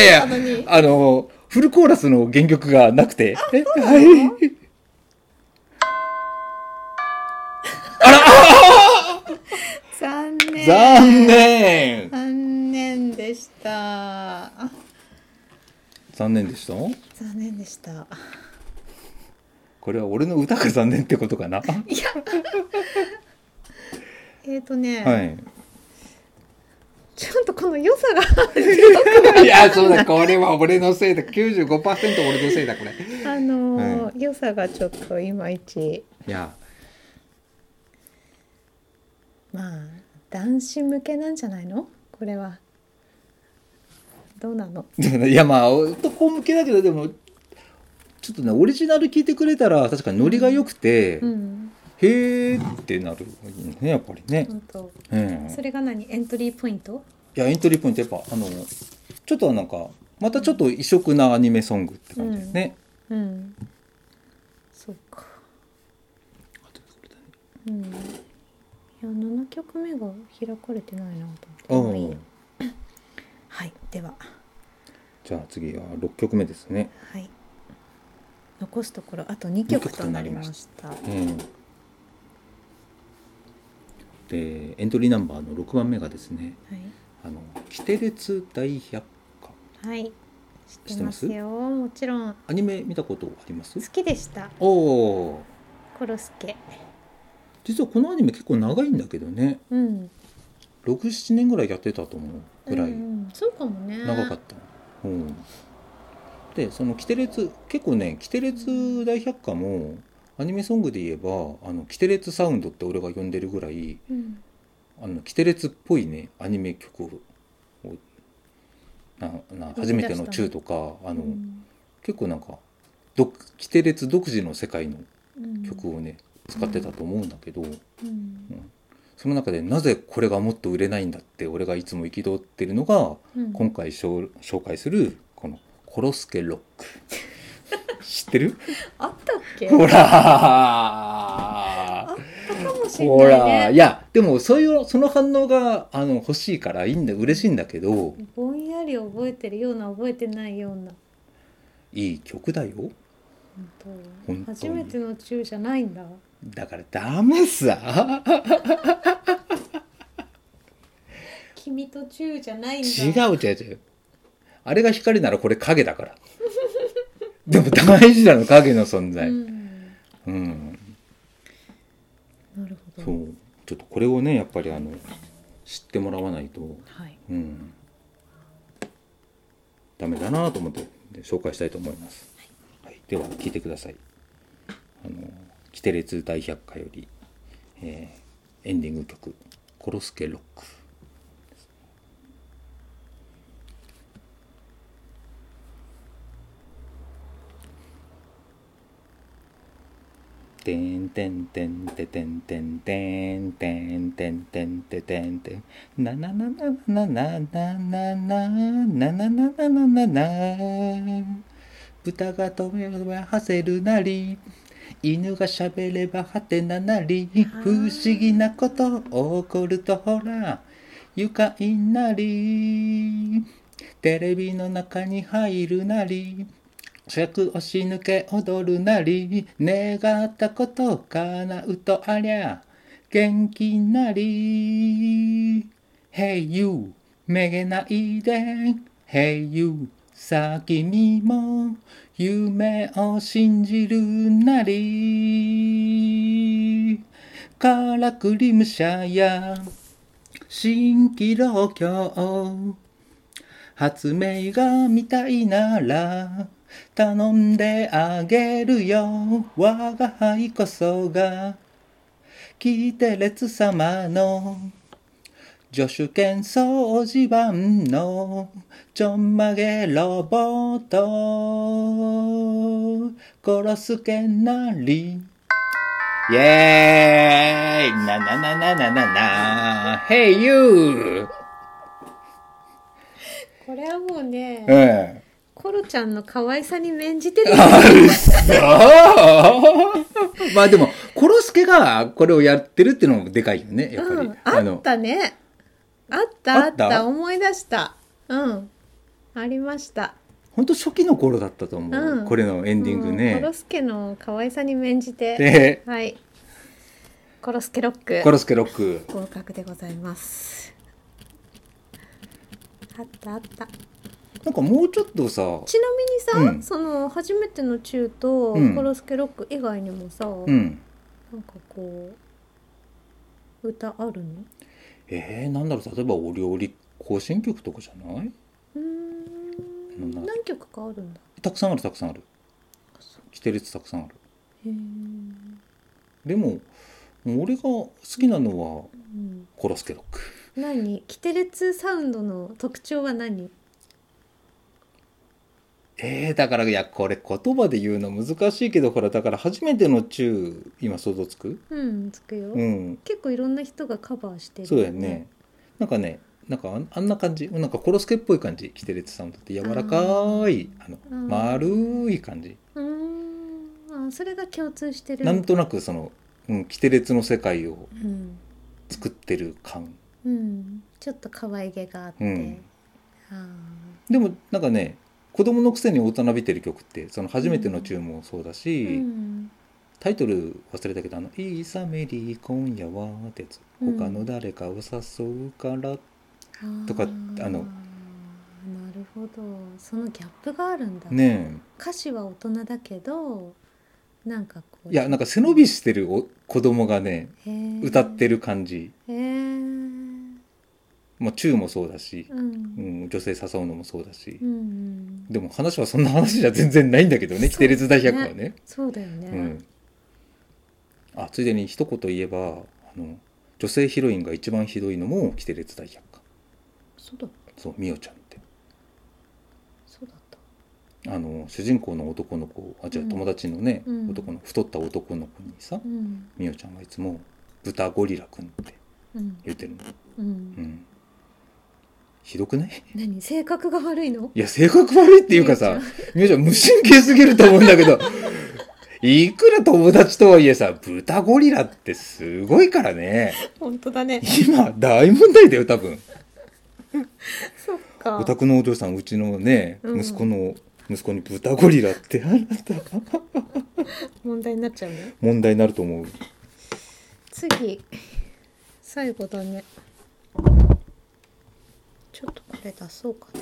S1: いや
S2: の
S1: い
S2: に
S1: や、あの、フルコーラスの原曲がなくて。はい。
S2: 残念
S1: 残念。
S2: 残念でした
S1: 残念でした
S2: 残念でした
S1: これは俺の歌が残念ってことかなは
S2: えっ、ー、とね、
S1: い。
S2: ちょっとこの良さが
S1: いや、そうだ、これは俺のせいだ。95%俺のせいだ、これ。い
S2: あのー良さがちょっといまいち
S1: や、
S2: まあ男子向けなんじゃないのこれはどうなの
S1: でもねいやまあ、男向けだけど、でも、ちょっとね、オリジナル聞いてくれたら、確かにノリが良くて、
S2: うん
S1: へーってなる。いいね、やっぱりね。
S2: 本当
S1: うん
S2: それが何エントリーポイント
S1: いやエントリーポイントやっぱあのちょっとなんかまたちょっと異色なアニメソングって感じですね。
S2: うんそうかうんいや7曲目が開かれてないなと
S1: う
S2: 思っ
S1: ん
S2: てもういいよはいでは
S1: じゃあ次は6曲目ですね。
S2: はい残すところあと2曲となりました
S1: うんでエントリーナンバーの6番目がですね「あのキテレツ大百科
S2: はい、はい、知
S1: 知
S2: っ
S1: ってて
S2: ま
S1: ますす
S2: よもちろん」
S1: アニメ見たことあります
S2: 好きでした
S1: おおー
S2: コロスケ
S1: 実はこのアニメ結構長いんだけどね
S2: うん
S1: 67年ぐらいやってたと思うぐらい
S2: うんうん、そうかもね
S1: 長かった、うん、でその「キテレツ」結構ね「キテレツ大百科」もアニメソングで言えば「あのキテレツサウンド」って俺が呼んでるぐらい
S2: うん
S1: あのキテレツっぽいねアニメ曲をなな
S2: 出したね
S1: 初めての「チュー」とかあの、
S2: うん
S1: 結構なんか独キテレツ独自の世界の
S2: うん
S1: 曲をね、使ってたと思うんだけど
S2: うん
S1: その中でなぜこれがもっと売れないんだって俺がいつも憤ってるのが
S2: うん
S1: 今回紹紹介するこの「コロスケロッ ク」知ってる
S2: あったっ け
S1: ほらー
S2: かもしれ
S1: ほ
S2: な
S1: ら
S2: い
S1: ー
S2: ね
S1: いやでもそういうその反応があの欲しいからいいんだ嬉しいんだけど
S2: ぼんやり覚えてるような覚えてないようない
S1: い曲だよ
S2: 本当
S1: 当に
S2: 初めての中じゃないんだ
S1: だからダメさ
S2: 君と中じゃないんだ
S1: 違う違う違うあれが光ならこれ影だからでも大事なの影の存在
S2: うん
S1: うん
S2: なるほ
S1: そ
S2: ど
S1: うちょっとこれをねやっぱりあの知ってもらわないと、
S2: はい
S1: うん、ダメだなと思ってで紹介したいと思います、はいでは聞いてください「あのキテレツ大百科」よりえーエンディング曲「コロスケロック」てんてんてんててんてんてんてんてんてんててんてんなななななななななななななななな豚が飛べばはせるなり犬がしゃべればはてななり不思議なこと起こるとほら愉快なりテレビの中に入るなり尺押し抜け踊るなり願ったこと叶うとありゃ元気なり Hey you めげないで Hey you さあ君も夢を信じるなりからくり武者や蜃気楼橋発明が見たいなら頼んであげるよ我が輩こそがキテレツ様の助手兼掃除版のちょんまげロボット殺すけなりイエーイななななななな Hey you!
S2: これはもうね、
S1: うん
S2: コロちゃんの可愛さに免じてる。
S1: あー まあでも、コロスケがこれをやってるっていうのもでかいよね、やっぱ
S2: う
S1: り
S2: ん。、あ
S1: の
S2: っ、たね。あった
S1: あ
S2: あ
S1: っ
S2: ったた思い出した。うん。ありました。
S1: 本当初期の頃だったと思う、
S2: うん
S1: これのエンディング
S2: もうコ
S1: ね
S2: ロ。スケの可愛さに免じて。
S1: で、
S2: はい。コロスケロック。
S1: コロスケロック。
S2: 合格でございます。あったあった。
S1: なんかもうちょっとさ、
S2: ちなみにさ、
S1: うん
S2: その初めての中と、
S1: うん
S2: コロスケロック以外にもさ、
S1: うん。
S2: なんかこう歌あるの？
S1: えー、なんだろう、例えばお料理更新曲とかじゃないう
S2: ーん。
S1: なんだ
S2: 何曲かあるんだ。
S1: たくさんある、たくさんある。キテレツたくさんある。
S2: へえ。
S1: でも、俺が好きなのは
S2: うん。
S1: コロスケロック。
S2: 何？キテレツサウンドの特徴は何？
S1: えー、だからいやこれ言葉で言うの難しいけどほらだから初めての中今想像つく
S2: うん、つくよ。
S1: うん
S2: 結構いろんな人がカバーしてる、
S1: そうだよね。なんかねなんかあんあんな感じなんかコロスケっぽい感じキテレツサウンドって柔らかいあの
S2: うん
S1: 丸い感じ
S2: うーん。あ、それが共通してる。
S1: なんとなくその、うん、キテレツの世界を
S2: うん。
S1: 作ってる感
S2: うん。ちょっと可愛げがあって。
S1: うん
S2: あー
S1: でもなんかね子供のくせに大人びてる曲ってその初めての中もそうだし、
S2: うん
S1: タイトル忘れたけど「あのいいサメリー今夜は」ってやつ「
S2: うん
S1: 他の誰かを誘うから」とか
S2: あー
S1: あの
S2: なるほどそのギャップがあるんだ、
S1: ねえ
S2: 歌詞は大人だけどなんかこう
S1: いやなんか背伸びしてるお子供がね歌って
S2: る
S1: る感じ、
S2: へえうん
S1: まあ、チューもそうだし、
S2: う
S1: うんん、女性誘うのもそうだし、
S2: うん
S1: でも話はそんな話じゃ全然ないんだけどね「キテレツ大百科」はね。
S2: そうだよね、
S1: うん、あついでに一言言えばあの女性ヒロインが一番ひどいのも「キテレツ大百科
S2: そうだっけ」
S1: そうミオちゃんって
S2: そうだった
S1: あの主人公の男の子あじゃあ
S2: うん
S1: 友達のね、
S2: うん
S1: 男の太った男の子にさ
S2: うん
S1: ミオちゃんがいつも「豚ゴリラくん」って
S2: うん
S1: 言ってるの。
S2: うん
S1: うんひどくない
S2: 何性格が悪いの
S1: いや、性格悪いっていうかさ、みおちゃん無神経すぎると思うんだけ ど、いくら友達とはいえさ、豚ゴリラってすごいからね。
S2: 本当だね
S1: 今、大問題だよ、多分。
S2: そっか
S1: お宅のお嬢さん、うちのね、
S2: うん
S1: 息子の、息子に豚ゴリラってあなた、
S2: 問題になっちゃうね
S1: 問題になると思う。
S2: 次最後だね
S4: ちょっとこれ出そうかな。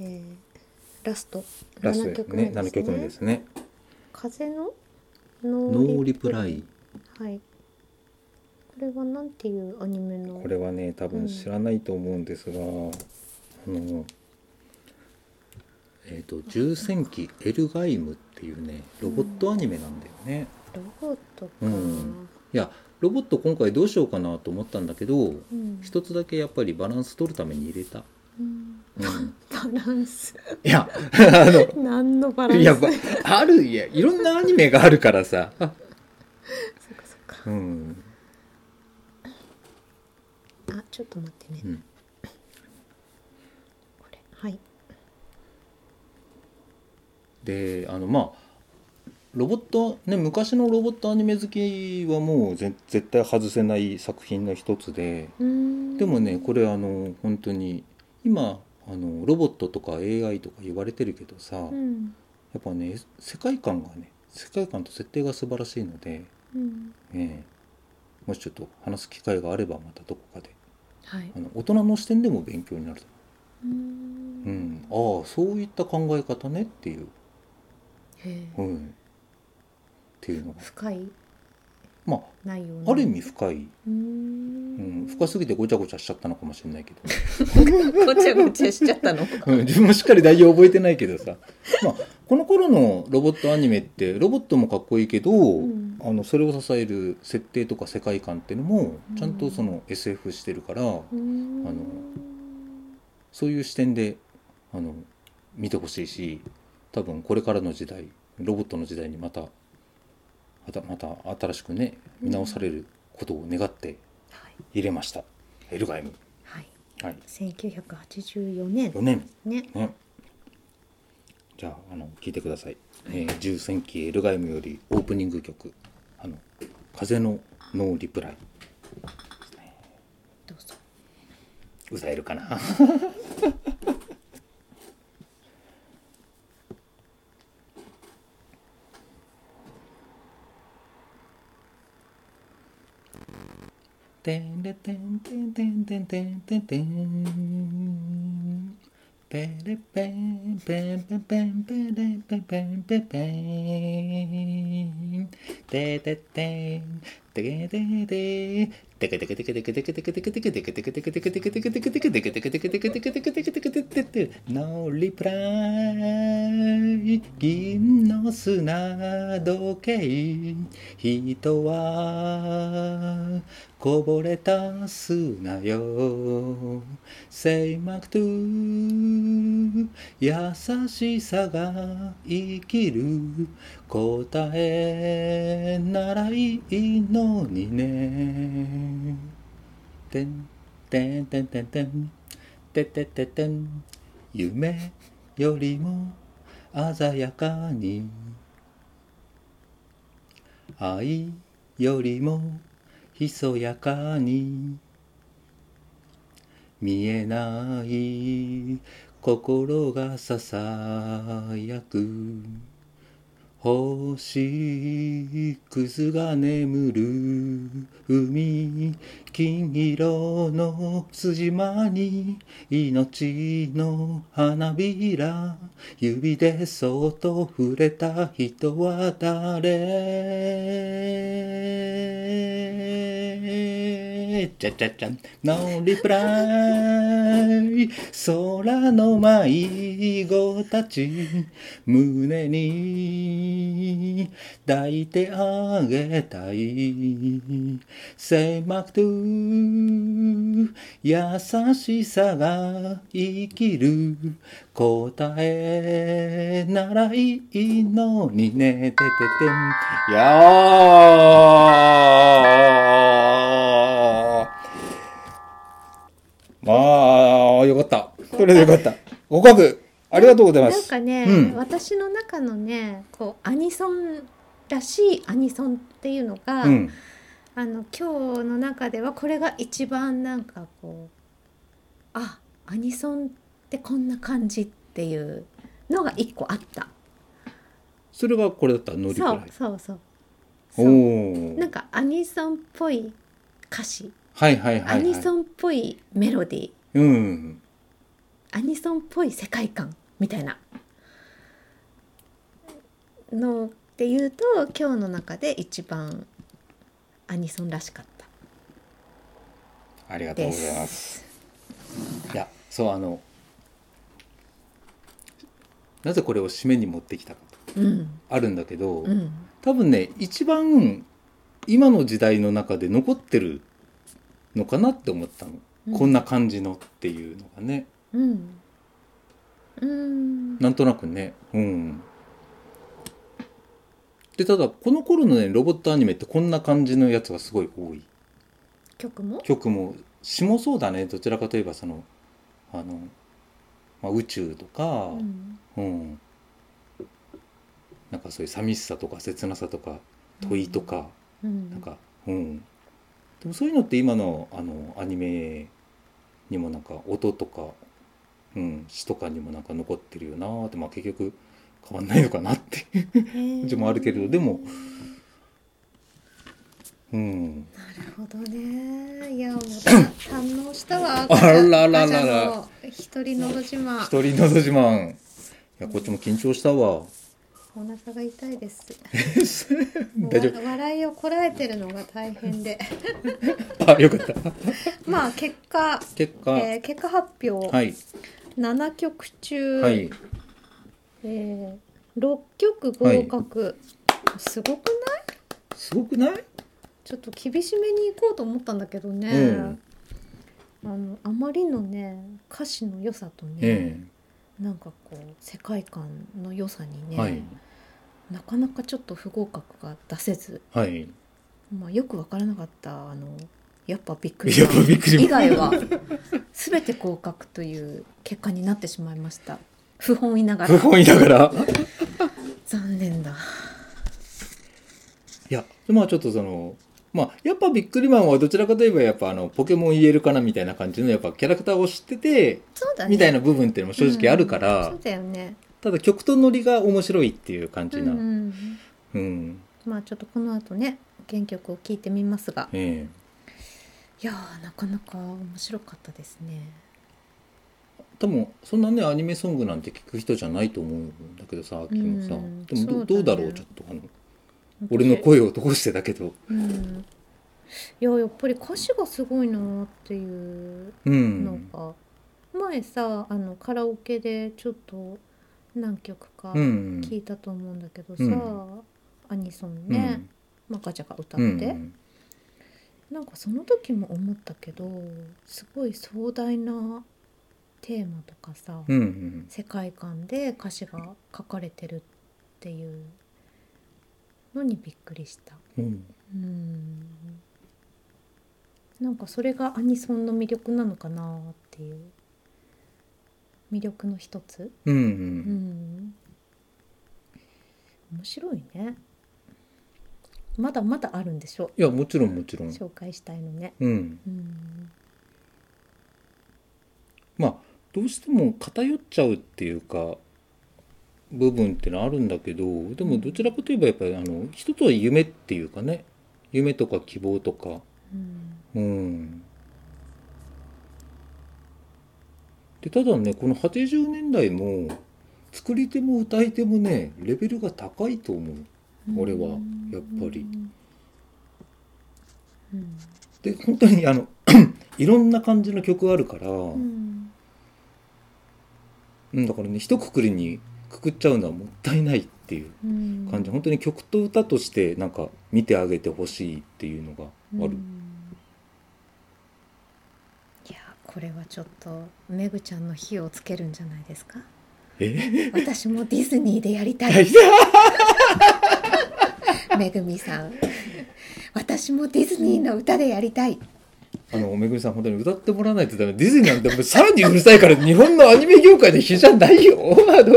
S4: えー、ラスト
S1: ラス
S4: 7
S1: ト
S4: 曲
S1: ね、
S4: 目。
S1: 7曲目ですすね。
S4: 風の
S1: ノーリプライ。
S4: はい。これはなんていうアニメの
S1: これはね、多分知らないと思うんですが、あの、えっ、と、重戦記エルガイムっていうね、ロボットアニメなんだよね。
S2: ロボットか、
S1: うんいやロボット今回どうしようかなと思ったんだけど
S2: うん
S1: 一つだけやっぱりバランス取るために入れた、
S2: うん
S1: うん、
S2: バランス
S1: いやあ の
S2: 何のバランス
S1: やばあるいやいろんなアニメがあるからさ、
S2: そっかそっか
S1: うん
S4: あちょっと待ってね、
S1: うん
S4: これはい
S1: であのまあロボットね昔のロボットアニメ好きはもうぜ絶対外せない作品の一つで
S2: うん
S1: でもねこれあの本当に今あのロボットとか AI とか言われてるけどさ、
S2: う
S1: や
S2: ん
S1: っぱね世界観がね世界観と設定が素晴らしいので、
S2: うん
S1: ええもしちょっと話す機会があればまたどこかで
S4: はい
S1: あの大人の視点でも勉強になると
S2: う
S1: うんん、ああそういった考え方ねっていう、
S4: へえ
S1: うん、っていうのが
S4: 深い
S1: まあ
S4: 内容
S1: ある意味深い、う
S2: う
S1: んん、深すぎてごちゃごちゃしちゃったのかもしれないけど、
S4: ごちゃごちゃしちゃったの
S1: うん、 自分もしっかり内容覚えてないけどさ、まあ、この頃のロボットアニメってロボットもかっこいいけど、
S2: ん
S1: あのそれを支える設定とか世界観っていうのもちゃんとその SF してるから、
S2: うん
S1: あのそういう視点であの見てほしいし多分これからの時代ロボットの時代にまたまたまた新しくね見直されることを願って
S4: はい、
S1: 入れました、エルガイム、
S4: はい、
S1: はい、
S4: 1984年
S1: 4年
S4: ね
S1: ねじゃああの聞いてください「えー、重戦記エルガイム」よりオープニング曲「あの風のノーリプライ
S4: どうぞ」
S1: 歌えるかなてんれてんてんてんてんてんてんてんペレペンペンペンペンペレペンペンペンペンテテテンテケテテテケテケテケテケテケテケテケテケテケテケテケテケテケテケテケテケテケテケテケテケテケテケテケテケテケノーリプライ銀の砂時計人はこぼれた砂よ聖幕と優しさが生きる答えならいいのにねてんてんてんてんてんててててん夢よりも鮮やかに愛よりもひそやかに見えない心がささやく星屑が眠る海金色の筋間に命の花びら指でそっと触れた人は誰じゃじゃじゃんノーリプライ空の迷子たち胸に抱いてあげたい狭くと優しさが生きる答えならいいのにねてててんやーまあよかったこれでよかった合格ありがとうございま
S2: なん
S1: す
S2: かね、
S1: うん
S2: 私の中のねこうアニソンらしいアニソンっていうのが、
S1: うん
S2: あの今日の中ではこれが一番なんかこうあアニソンってこんな感じっていうのが一個あった
S1: それがこれだったノリプ
S2: そ
S1: ラ
S2: うそうそう
S1: イ
S2: そう
S1: おお
S2: なんかアニソンっぽい歌詞、
S1: はいはいはい、はい、
S2: アニソンっぽいメロディー
S1: うん
S2: アニソンっぽい世界観みたいなのっていうと今日の中で一番アニソンらしかった
S1: ありがとう
S2: で
S1: ございます
S2: す。
S1: いやそうあのなぜこれを締めに持ってきたかと
S2: うん
S1: あるんだけど、
S2: うん
S1: 多分ね一番今の時代の中で残ってるのかなって思ったの、
S4: うん
S1: こんな感じのっていうのがね
S4: うんうん
S1: なんとなくねうんでただこの頃のねロボットアニメってこんな感じのやつがすごい多い
S4: 曲も
S1: 曲も詩もそうだねどちらかといえばそのあの、まあ、宇宙とか、
S4: うん
S1: うん、なんかそういう寂しさとか切なさとか問いとか、
S4: うん
S1: なんかうんでもそういうのって今のあのアニメにもなんか音とか、うん、詩とかにもなんか残ってるよなーってまあ結局変わんないのかなって感じもあるけれどでもうん
S2: なるほどね いやもう堪能したわ
S1: あらららら
S2: ガチャの一人のど自慢
S1: 一人のど自慢いやこっちも緊張したわ
S2: お腹が痛いですもう
S1: 大丈
S2: わ笑いをこらえてるのが大変 で
S1: 夫あよかった
S2: まあ結果、
S1: 結果、
S2: えー結果発表、
S1: はい
S2: 7曲中、
S1: はい
S2: え6曲合格、すごくない
S1: すごくない、
S2: ちょっと厳しめにいこうと思ったんだけどね、
S1: うん
S2: あのあまりのね歌詞の良さとね、
S1: え
S2: なんかこう世界観の良さに
S1: え
S2: ね、
S1: はい
S2: なかなかちょっと不合格が出せず、
S1: はい
S2: まあ、よく分からなかったあのやっぱびっくり
S1: やっぱびっくり
S2: 以外は全て合格という結果になってしまいました不本意なが
S1: 不
S2: ら
S1: 本意ながら
S2: 残念だ
S1: いやまあちょっとそのまあやっぱビックリマンはどちらかといえばやっぱあのポケモン言えるかなみたいな感じのやっぱキャラクターを知ってて
S2: そうだね
S1: みたいな部分っていうのも正直あるから、
S2: うんそうだよね
S1: ただ曲とノリが面白いっていう感
S2: う
S1: じ
S2: ん
S1: な、
S2: う
S1: うん
S2: んまあちょっとこの後ね原曲を聴いてみますが
S1: え
S2: いやーなかなか面白かったですね
S1: え多分そんなねアニメソングなんて聞く人じゃないと思うんだけどさ秋もさ、
S2: うん
S1: でもど
S2: そうだね
S1: どうだろうちょっとあの俺の声を通してだけど
S2: うんいややっぱり歌詞がすごいなーっていう
S1: う
S2: なん
S1: ん
S2: か前さあのカラオケでちょっと何曲か
S1: うん
S2: 聞いたと思うんだけどさ、
S1: うん
S2: アニソン
S1: う
S2: ね、
S1: ん
S2: まあ、ガチャが歌っ
S1: う
S2: て、
S1: ん
S2: なんかその時も思ったけどすごい壮大なテーマとかさ、
S1: うんうん
S2: 世界観で歌詞が書かれてるっていうのにびっくりした。
S1: うん
S2: うんなんかそれがアニソンの魅力なのかなっていう魅力の一つ
S1: うんう
S2: うんん面白いねまだまだあるんでしょ
S1: いやもちろんもちろん
S2: 紹介したいのね
S1: うん
S2: うん
S1: まあどうしても偏っちゃうっていうか部分ってのはあるんだけどでもどちらかといえばやっぱりあの一つは夢っていうかね夢とか希望とか
S2: うん
S1: うんでただねこの80年代も作り手も歌い手もねレベルが高いと思う俺はやっぱり
S2: うん
S1: で本当にあの いろんな感じの曲あるから、う、
S2: うんん
S1: だからね一括りにくくっちゃうのはもったいないっていう
S2: うん
S1: 感じ本当に曲と歌としてなんか見てあげてほしいっていうのがある、
S2: うんいやこれはちょっとめぐちゃんの火をつけるんじゃないですか
S1: え
S2: 私もディズニーでやりた
S1: 大
S2: い
S1: 丈
S2: めぐみさん私もディズニーの歌でやりたい
S1: 夫あのめぐみさん本当に歌ってもらわないとダメディズニーなんてもうさらにうるさいから日本のアニメ業界で比じゃないよあの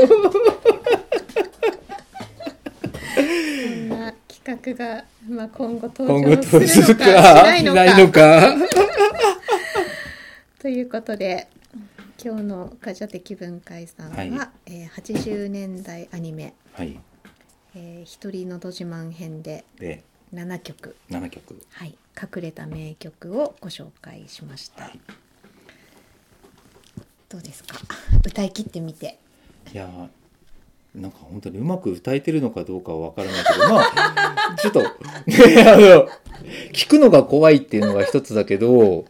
S2: こんな企画が、まあ、今後
S1: 今
S2: 登
S1: 後
S2: 場する
S1: とす
S2: の
S1: る
S2: か
S1: か
S2: しない
S1: し
S2: の
S1: な
S2: か
S1: いのか
S2: ということで今日の「ガジャ的文化さんは」
S1: はい
S2: えー80年代アニメ
S1: はい
S2: 「えー、一人のど自慢編」で
S1: で
S2: 7曲、
S1: 7曲
S2: はい、隠れた名曲をご紹介しました、
S1: はい
S2: どうですか 歌い切ってみて
S1: いやーなんか本当にうまく歌えてるのかどうかはわからないけど、まあ、ちょっと、 ね、あの、聞くのが怖いっていうのが一つだけど、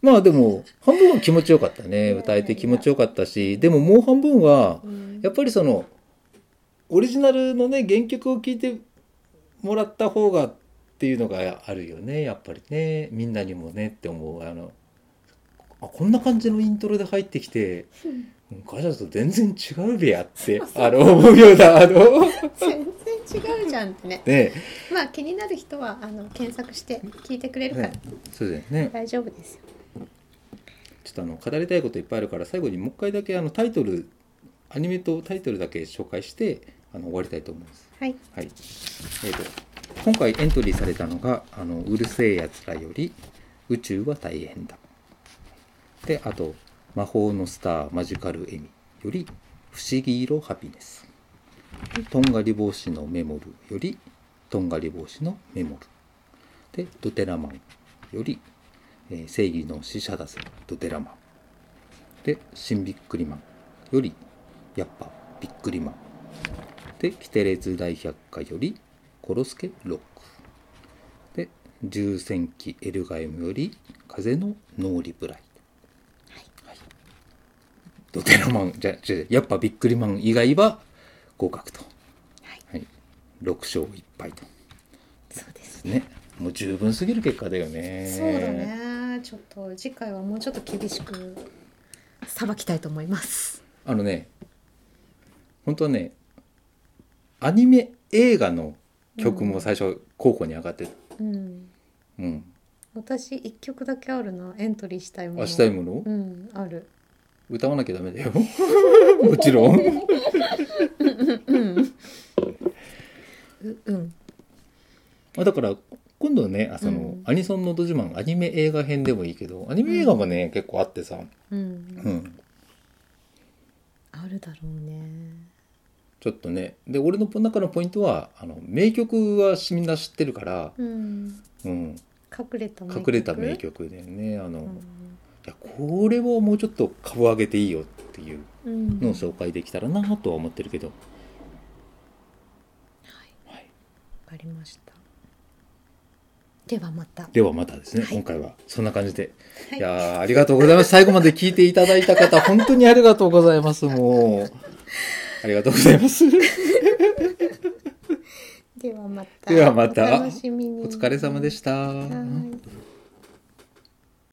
S1: まあでも、半分は気持ちよかったね。歌えて気持ちよかったし、でももう半分は、やっぱりその、オリジナルのね原曲を聴いてもらった方がっていうのがあるよねやっぱりねみんなにもねって思うあのあこんな感じのイントロで入ってきてガチャと全然違うべやってあの思うようなあ の
S2: 全然違うじゃんってね
S1: ね
S2: まあ気になる人はあの検索して聞いてくれるから
S1: ねそうだよね
S2: 大丈夫ですよ
S1: ちょっとあの語りたいこといっぱいあるから最後にもう一回だけあのタイトルアニメとタイトルだけ紹介してあの終わりたいと思います。
S2: はい
S1: はい。えーと今回エントリーされたのが「あのうるせえやつらより宇宙は大変だ」であと「魔法のスターマジカルエミ」より「不思議色ハピネス」で「とんがり帽子のメモル」より「とんがり帽子のメモル」で「ドテラマン」より「えー正義の使者だぜドテラマン」で「シンビックリマン」より「やっぱビックリマン」で「キテレツ大百科」より「コロスケロック」で「重戦記エルガイム」より「風のノーリプライ」はいドテラマンじゃじゃやっぱビックリマン以外は合格と、はい6勝1敗と
S2: そうです
S1: ねもう十分すぎる結果だよね
S2: そうだねちょっと次回はもうちょっと厳しくさばきたいと思います
S1: あのね本当はねアニメ映画の曲も最初候補に上がって
S2: うん
S1: うん、
S2: 私一曲だけあるなエントリーしたいもの
S1: あしたいもの、
S2: うんあ る
S1: 歌わなきゃダメだよ もちろん
S4: ううん
S1: あだから今度はねあその、
S2: うん
S1: アニソンのど自慢アニメ映画編でもいいけどアニメ映画もね、結構あってさ、
S2: うん
S1: うん、
S4: あるだろうね
S1: ちょっとねで俺の中のポイントはあの名曲はみんな知ってるから、
S2: うん
S1: うん、
S2: 隠れた名
S1: 隠
S2: 曲
S1: れた名曲でねあの、
S2: う
S1: い
S2: ん
S1: やこれはもうちょっと株上げていいよっていう
S2: うん
S1: のを紹介できたらなとは思ってるけど、はい、
S4: わかりましたではまた
S1: ではまたですね、
S4: はい
S1: 今回はそんな感じで、
S2: はい
S1: い、やーありがとうございます最後まで聞いていただいた方本当にありがとうございます もうありがとうございます
S2: ではまた
S1: ではまた
S2: お楽しみに
S1: お疲れ様でした。
S2: はい